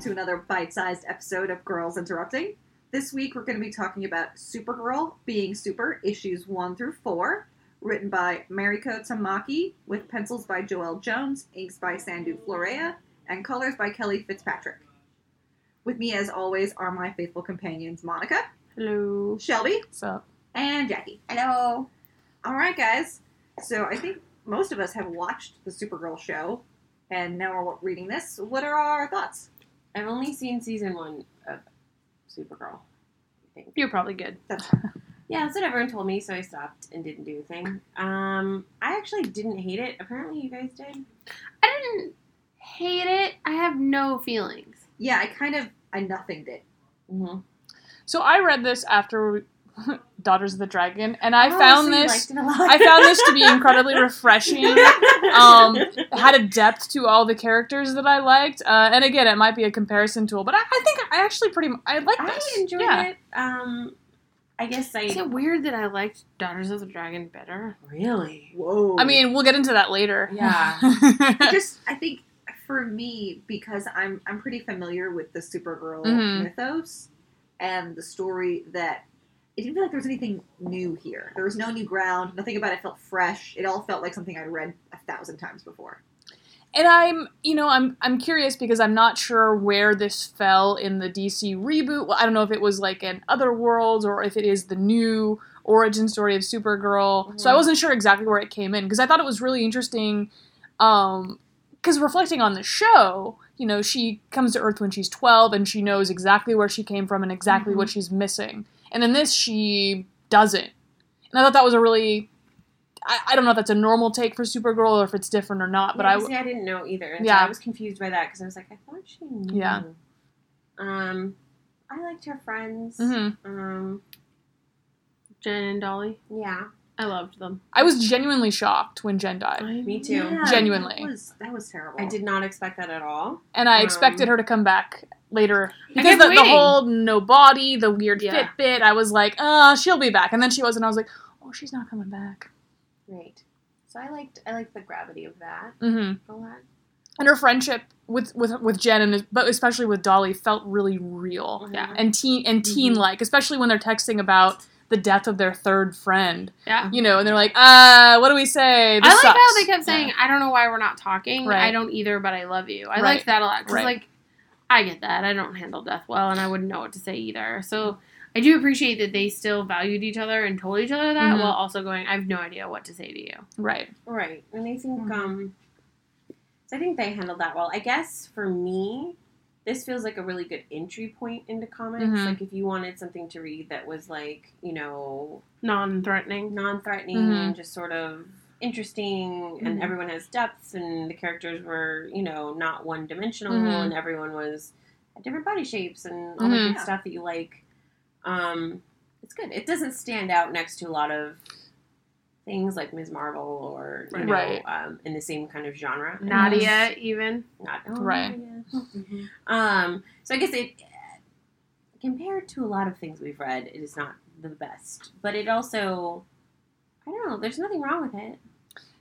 to another bite sized episode of Girls Interrupting. This week, we're going to be talking about Supergirl Being Super, issues 1 through 4, written by Mariko Tamaki, with pencils by Joel Jones, inks by Sandu Florea, and colors by Kelly Fitzpatrick. With me, as always, are my faithful companions Monica, Hello. Shelby, What's up? and Jackie. Hello. All right, guys. So I think most of us have watched the Supergirl show, and now we're reading this. What are our thoughts? I've only seen season one of Supergirl. I think. You're probably good. Yeah, that's what everyone told me, so I stopped and didn't do a thing. Um, I actually didn't hate it. Apparently, you guys did. I didn't hate it. I have no feelings. Yeah, I kind of I nothinged it. Mm-hmm. So I read this after Daughters of the Dragon, and Oh, I found this. I found this to be incredibly refreshing. Um, It had a depth to all the characters that I liked, uh, and again, it might be a comparison tool, but I, I think I actually pretty. mu- I like I this. enjoyed yeah. it. Um, I guess I Is it weird that I liked Daughters of the Dragon better? really. Whoa. I mean, we'll get into that later. Yeah. I just I think for me because I'm I'm pretty familiar with the Supergirl Mhm. mythos and the story that it didn't feel like there was anything new here. There was no new ground. Nothing about it felt fresh. It all felt like something I'd read a thousand times before. And I'm, you know, I'm I'm curious because I'm not sure where this fell in the DC reboot. Well, I don't know if it was like an Otherworlds or if it is the new origin story of Supergirl. So I Mhm. wasn't sure exactly where it came in because I thought it was really interesting. Um, because reflecting on the show, you know, she comes to Earth when she's 12 and she knows exactly where she came from and exactly what she's missing. And in this, she doesn't. And I thought that was a really, I, I don't know if that's a normal take for Supergirl or if it's different or not, but yeah, I, you see, I didn't know either. And Yeah. so I was confused by that because I was like, I thought she knew. Yeah. Um, I liked her friends. Mhm. Um, Jen and Dolly. yeah. I loved them. I was genuinely shocked when Jen died, Me too. Yeah, Genuinely. that was that was terrible. I did not expect that at all. and I Um, expected her to come back later because kept the, the waiting. whole no body, the weird Yeah. Fitbit. I was like, uh, she'll be back, and then she was, and I was like, oh, she's not coming back. Right. So I liked I liked the gravity of that hmm a lot. And her friendship with with with Jen and but especially with Dolly felt really real Yeah. Mm-hmm. and teen and teen like, especially when they're texting about the death of their third friend, Yeah. you know, and they're like, uh, what do we say? This I like how sucks." they kept saying, I don't know why we're not talking. Right. I don't either, but I love you. I Right. liked that a lot. Because, Right. like, I get that. I don't handle death well, and I wouldn't know what to say either. So I do appreciate that they still valued each other and told each other that Mhm. while also going, I have no idea what to say to you. right, Right. And I think Mhm. um so I think they handled that well. I guess for me, this feels like a really good entry point into comics. Mhm. Like if you wanted something to read that was like, you know, Non threatening. non threatening Mhm. and just sort of interesting and Mm-hmm. Mhm. everyone has depths and the characters were, you know, not one dimensional Mhm. and everyone was had different body shapes and all that Mhm. good stuff that you like. Um it's good. It doesn't stand out next to a lot of things like Ms. Marvel or you know, Right. um, in the same kind of genre. Nadia, even. Not oh, e- Right. yeah. Um so I guess it compared to a lot of things we've read, it is not the best. But it also I don't know, there's nothing wrong with it.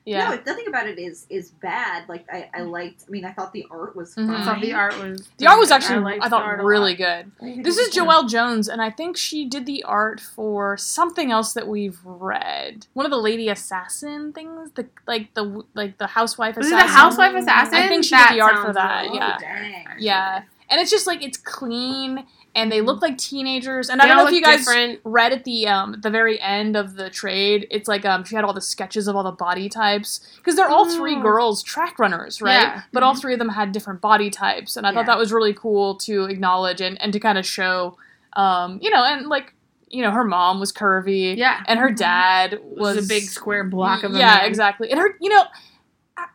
yeah. No, nothing about it is is bad. Like I, I liked. I mean, I thought the art was. Mhm. Fine. I Mm-hmm. thought the art was. the art was I actually liked I the art thought a really lot. good. I think it This was is good. Joelle Jones, and I think she did the art for something else that we've read. One of the lady assassin things, the like the like the housewife Was it the assassin. housewife assassin? I think she did That the art for sounds that, Oh, a lot yeah. dang. better. Yeah, and it's just like it's clean, and they look like teenagers. And They I don't all know if look you guys different. read at the um at the very end of the trade. It's like um she had all the sketches of all the body types because they're all three Mm. girls track runners, right? Yeah. But all three of them had different body types, and I thought Yeah. that was really cool to acknowledge and and to kind of show, um you know, and like you know her mom was curvy, Yeah. Mm-hmm. and her dad It was, was, a big square block of a yeah, man. exactly. And her, you know,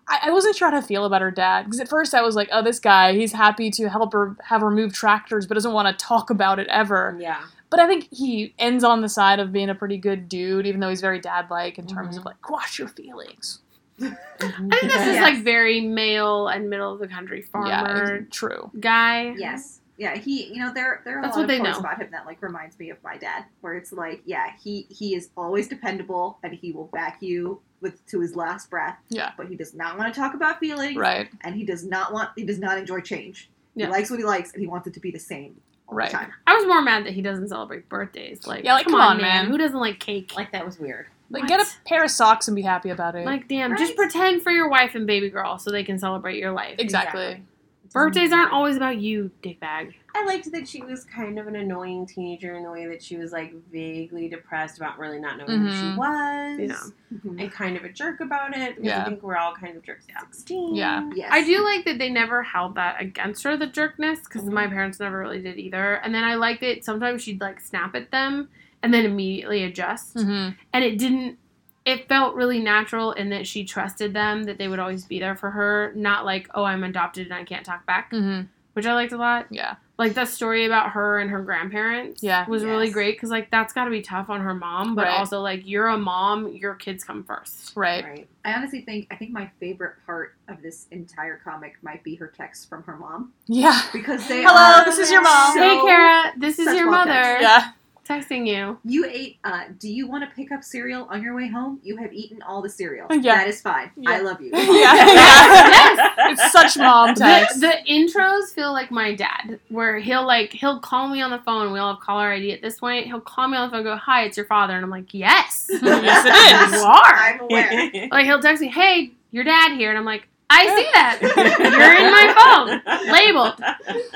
I, I wasn't sure how to feel about her dad because at first I was like, oh, this guy, he's happy to help her have her move tractors, but doesn't want to talk about it ever. Yeah. But I think he ends on the side of being a pretty good dude, even though he's very dad-like in terms Mm-hmm. of like quash your feelings. I think this is Yes. like very male and middle of the country Yeah, farmer it's true. guy. Yes. Yeah, he. You know, there there are Mm-hmm. That's a lot what of they quotes know. about him that like reminds me of my dad, where it's like, yeah, he he is always dependable and he will back you with to his last breath. Yeah. But he does not want to talk about feelings, Right. and he does not want he does not enjoy change. Yeah. He likes what he likes, and he wants it to be the same all Right. the time. I was more mad that he doesn't celebrate birthdays. Like, Yeah, like, come, on, man. Who doesn't like cake? Like, Like that was weird. Like, What? get a pair of socks and be happy about it. damn, just Right. pretend for your wife and baby girl so they can celebrate your life. exactly. exactly. Birthdays aren't always about you, dickbag. I liked that she was kind of an annoying teenager in the way that she was like vaguely depressed about really not knowing who Mhm. she was. Mm-hmm. Yeah. Mhm. And kind of a jerk about it. Because Yeah. I think we're all kind of jerks at 16. Yeah. Yes. I do like that they never held that against her, the jerkness, because my Mm-hmm. parents never really did either. And then I liked it. Sometimes she'd like snap at them and then immediately adjust. Mm-hmm. Mhm. and it didn't it felt really natural in that she trusted them that they would always be there for her not like oh i'm adopted and i can't talk back Mm. Mhm. which i liked a lot Yeah. like that story about her and her grandparents Yeah. was really Yes. great because like that's got to be tough on her mom but Right. also like you're a mom your kids come first Right. Right. I honestly think I think my favorite part of this entire comic might be her texts from her mom Yeah. because they Hello, are this is your mom. so- hey kara this is such your wild mother texts. Yeah. texting you You ate. Uh, do you want to pick up cereal on your way home? You have eaten all the cereal. Yeah. That is fine. Yeah. I love you. Yeah. Yes. It's such mom the, text. the intros feel like my dad, where he'll like he'll call me on the phone. We all have caller ID at this point. He'll call me on the phone, and go, "Hi, it's your father," and I'm like, "Yes, Yes, it is. you are." I'm aware. Like he'll text me, "Hey, your dad here," and I'm like, "I see that. You're in my phone, labeled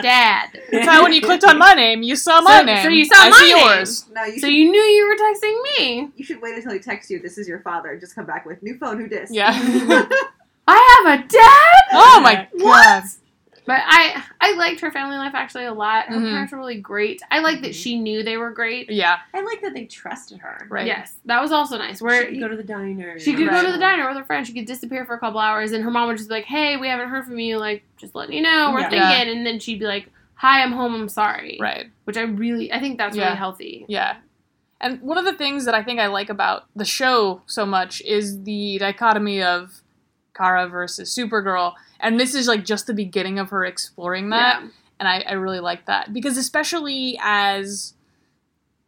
dad." That's how when you clicked on my name, you saw my So- name. so you saw I my see name. yours. No, you So should, you knew you were texting me. you should wait until he texts you. This is your father, and just come back with new phone. Who dis? Yeah. I have a dad. oh my god. What? But I I liked her family life actually a lot. Her Mhm. parents were really great. I like that she knew they were great. Yeah. I like that they trusted her. Right. Yes, that was also nice. Where Where she could go to the diner. She could go to the Right. diner with her friend. She could disappear for a couple hours, and her mom would just be like, "Hey, we haven't heard from you. Like, just let you know we're Yeah. thinking." And then she'd be like, "Hi, I'm home. I'm sorry." Right. Which I really, I think that's Yeah. really healthy. Yeah. And one of the things that I think I like about the show so much is the dichotomy of Kara versus Supergirl. And this is like just the beginning of her exploring that. Yeah. And I, I really like that. Because especially as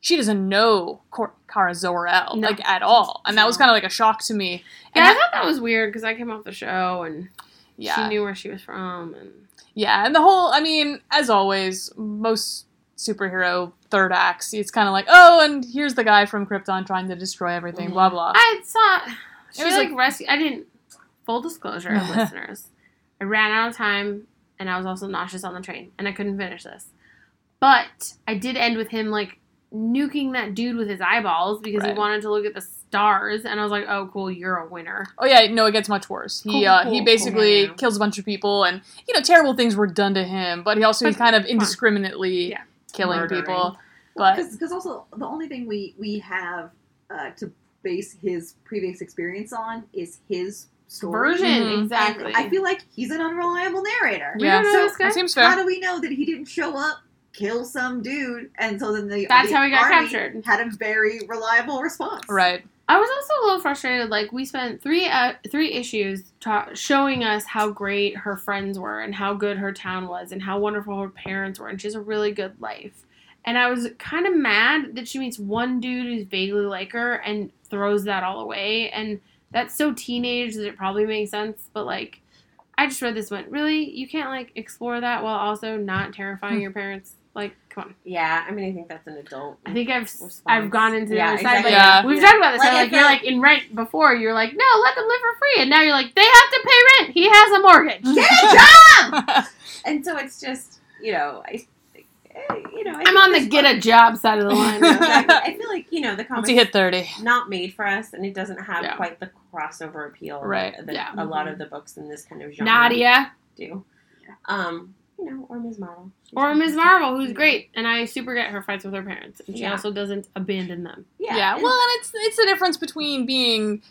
she doesn't know Cor- Kara Zor-El, No. like at all. And that was kind of like a shock to me. And Yeah, I thought that was weird because I came off the show and yeah. she knew where she was from, and Yeah, and the whole, I mean, as always, most superhero third acts, it's kind of like, oh, and here's the guy from Krypton trying to destroy Mm-hmm. everything, blah, blah. I saw she was like, like- rescue. I didn't. Full disclosure, listeners, I ran out of time, and I was also nauseous on the train, and I couldn't finish this. But I did end with him like nuking that dude with his eyeballs because he Right. wanted to look at the stars, and I was like, "Oh, cool, you're a winner." oh, yeah, no, it gets much worse. He, Cool, uh, cool, he cool, basically yeah. kills a bunch of people, and, you know, terrible things were done to him, but he also is But kind of fun. indiscriminately Yeah. killing Murdering. people. But, because also the only thing we we have uh, to base his previous experience on is his story. Version, Mhm. And exactly. And Mm-hmm. I feel like he's an unreliable narrator. we Yeah. don't know So, this guy. that seems How fair. do we know that he didn't show up, kill some dude, and so then the That's the how he got army captured. Had a very reliable response. Right. I was also a little frustrated. Like we spent three uh, three issues ta- showing us how great her friends were and how good her town was and how wonderful her parents were and she has a really good life. And I was kind of mad that she meets one dude who's vaguely like her and throws that all away. And that's so teenage that it probably makes sense. But like, I just read this one. Really, you can't like explore that while also not terrifying your parents. Like, come on. Yeah, I mean, I think that's an adult. I think I've Response. I've gone into the Yeah, other side. exactly. Like, Yeah. We've Yeah. talked about this. Like, how, like if you're I- like in rent before, you're like, no, let them live for free, and now you're like, they have to pay rent. He has a mortgage. Get a job! and so it's just you know I, eh, you know I I'm on the get a job side of the line. Exactly. I feel like you know the Once comics he hit 30. not made for us, and it doesn't have Yeah. quite the crossover appeal Right. that Yeah. Mm-hmm. a lot of the books in this kind of genre Nadia do. Yeah. Um, you know, or Ms. Marvel or Ms. Marvel, who's great, and I super get her fights with her parents, and she Yeah. also doesn't abandon them. Yeah. Yeah, and- Well, and it's it's the difference between being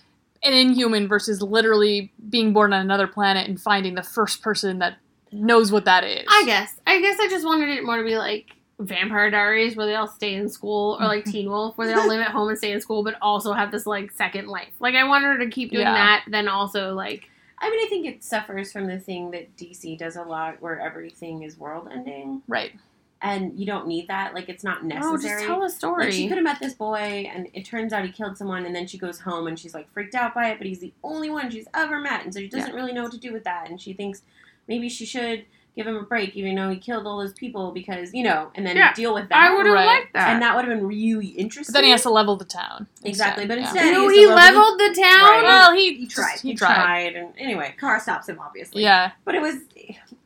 an inhuman versus literally being born on another planet and finding the first person that knows what that is. I guess. I guess I just wanted it more to be like. Vampire Diaries, where they all stay in school, or like Teen Wolf, where they all live at home and stay in school, but also have this like second life. Like I wanted her to keep doing Yeah. that, but then also like I mean, I think it suffers from the thing that DC does a lot, where everything is world ending, Right. and you don't need that. Like, it's not no, oh, just necessary. tell a story. Like she could have met this boy, and it turns out he killed someone, and then she goes home and she's like freaked out by it, but he's the only one she's ever met, and so she doesn't really know what to do with that, and she thinks maybe she should give him a break, even though he killed all those people because you know, and then Yeah, deal with that. I would have Right. liked that. and that would have been really interesting. But then he has to level the town. exactly, but yeah. instead You know, has he to level- leveled the town. Right. Well, he, He tried. He, he tried. tried, and anyway, Kara stops him, obviously. Yeah. but it was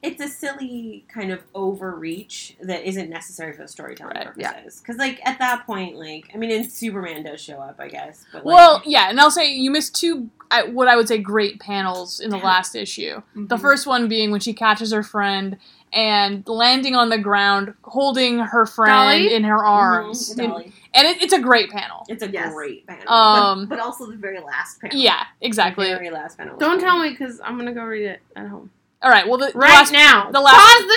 it's a silly kind of overreach that isn't necessary for the storytelling Right, purposes. yeah. Because like at that point, like I mean, and Superman does show up, I guess. But like, Well, yeah, and I'll say you missed two, I- what I would say, great panels in the last issue. The Mm-hmm. Mhm. first one being when she catches her friend and landing on the ground, holding her friend Dolly? in her arms, Mhm, And- Dolly. and it, it's a great panel. it's a Yes. great panel. But- Um, but, also the very last panel. Yeah, exactly. The very last panel. was Don't cool. tell me because I'm gonna go read it at home All right. Well, the, the right last now. the last- pause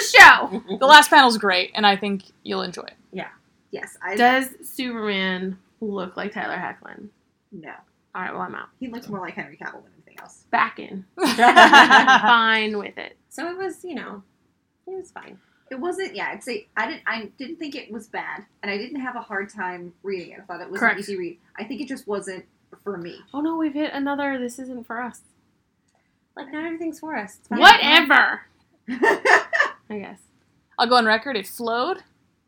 the show. the last panel's great, and I think you'll enjoy it. Yes, I Does Superman look like Tyler Hecklin? no. All right, well I'm out. He looks more like Henry Cavill than anything else. Back in. yeah, Fine with it. So it was, you know, it was fine. It wasn't. Yeah, I'd say I didn't. I didn't think it was bad, and I didn't have a hard time reading it. I thought it was Correct. an easy read. I think it just wasn't for me. Oh no, we've hit another. This isn't for us. Like not everything's for us. It's fine. Whatever. I guess. I'll go on record. It flowed.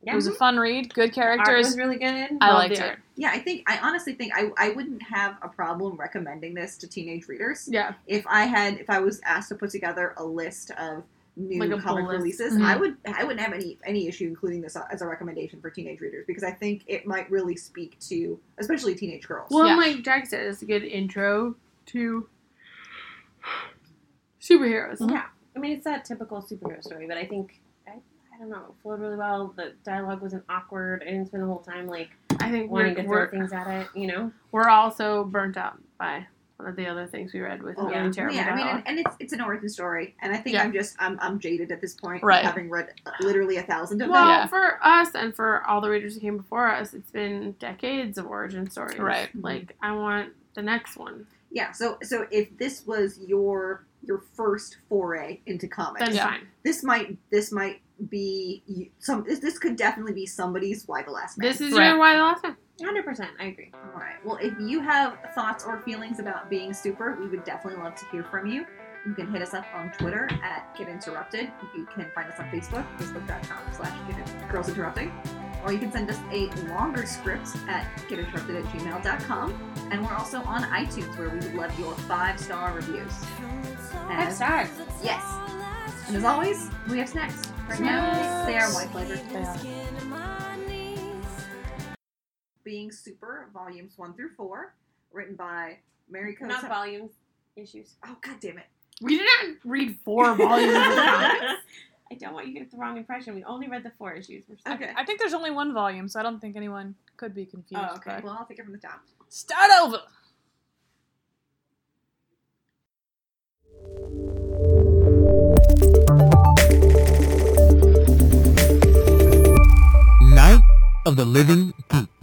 It Yeah. was a fun read. Good Art was characters. really good. I Loved liked it. it. yeah, I think I honestly think I I wouldn't have a problem recommending this to teenage readers Yeah. if I had if I was asked to put together a list of new Like a comic pull list. releases. Mm-hmm. Mhm. I would I wouldn't have any any issue including this as a recommendation for teenage readers because I think it might really speak to especially teenage girls. Well, Yeah. like Jack said, it's a good intro to superheroes. Mm-hmm. Yeah. I mean, it's that typical superhero story, but I think I, I don't know, it flowed really well. The dialogue wasn't awkward. I didn't spend the whole time like I think wanting to we're, throw we're, things at it. You know, we're also burnt out by one of the other things we read with Oh, really yeah. terrible yeah, I mean, dialogue. and, and it's it's an origin story, and I think Yeah. I'm just I'm, I'm jaded at this point, Right. having read literally a thousand of well, them. Yeah. for us and for all the readers who came before us, it's been decades of origin stories. Right. Like, I want the next one. Yeah, so so if this was your your first foray into comics, Then Yeah. fine. this might this might be you- some this, this could definitely be somebody's why the last man. This is Right. your why the last one. hundred percent, I agree. All right. Well, if you have thoughts or feelings about being super, we would definitely love to hear from you. You can hit us up on Twitter at Get Interrupted. You can find us on Facebook, facebook.com slash Get In- Girls Interrupting. Or you can send us a longer script at getinterrupted at gmail.com. And we're also on iTunes, where we would love your five star reviews. Five And, stars. yes. And as always, we have snacks. Right now, they are white flavor. Being Super, volumes one through four, written by Mary Coates. Not volumes, issues. Oh, god damn it. We didn't read four volumes of comics. I don't want you to get the wrong impression. We only read the four issues. We're sorry. Okay. I think there's only one volume, so I don't think anyone could be confused. Oh, okay. but- Well, I'll take it from the top. Start over. Night of the Living Poop.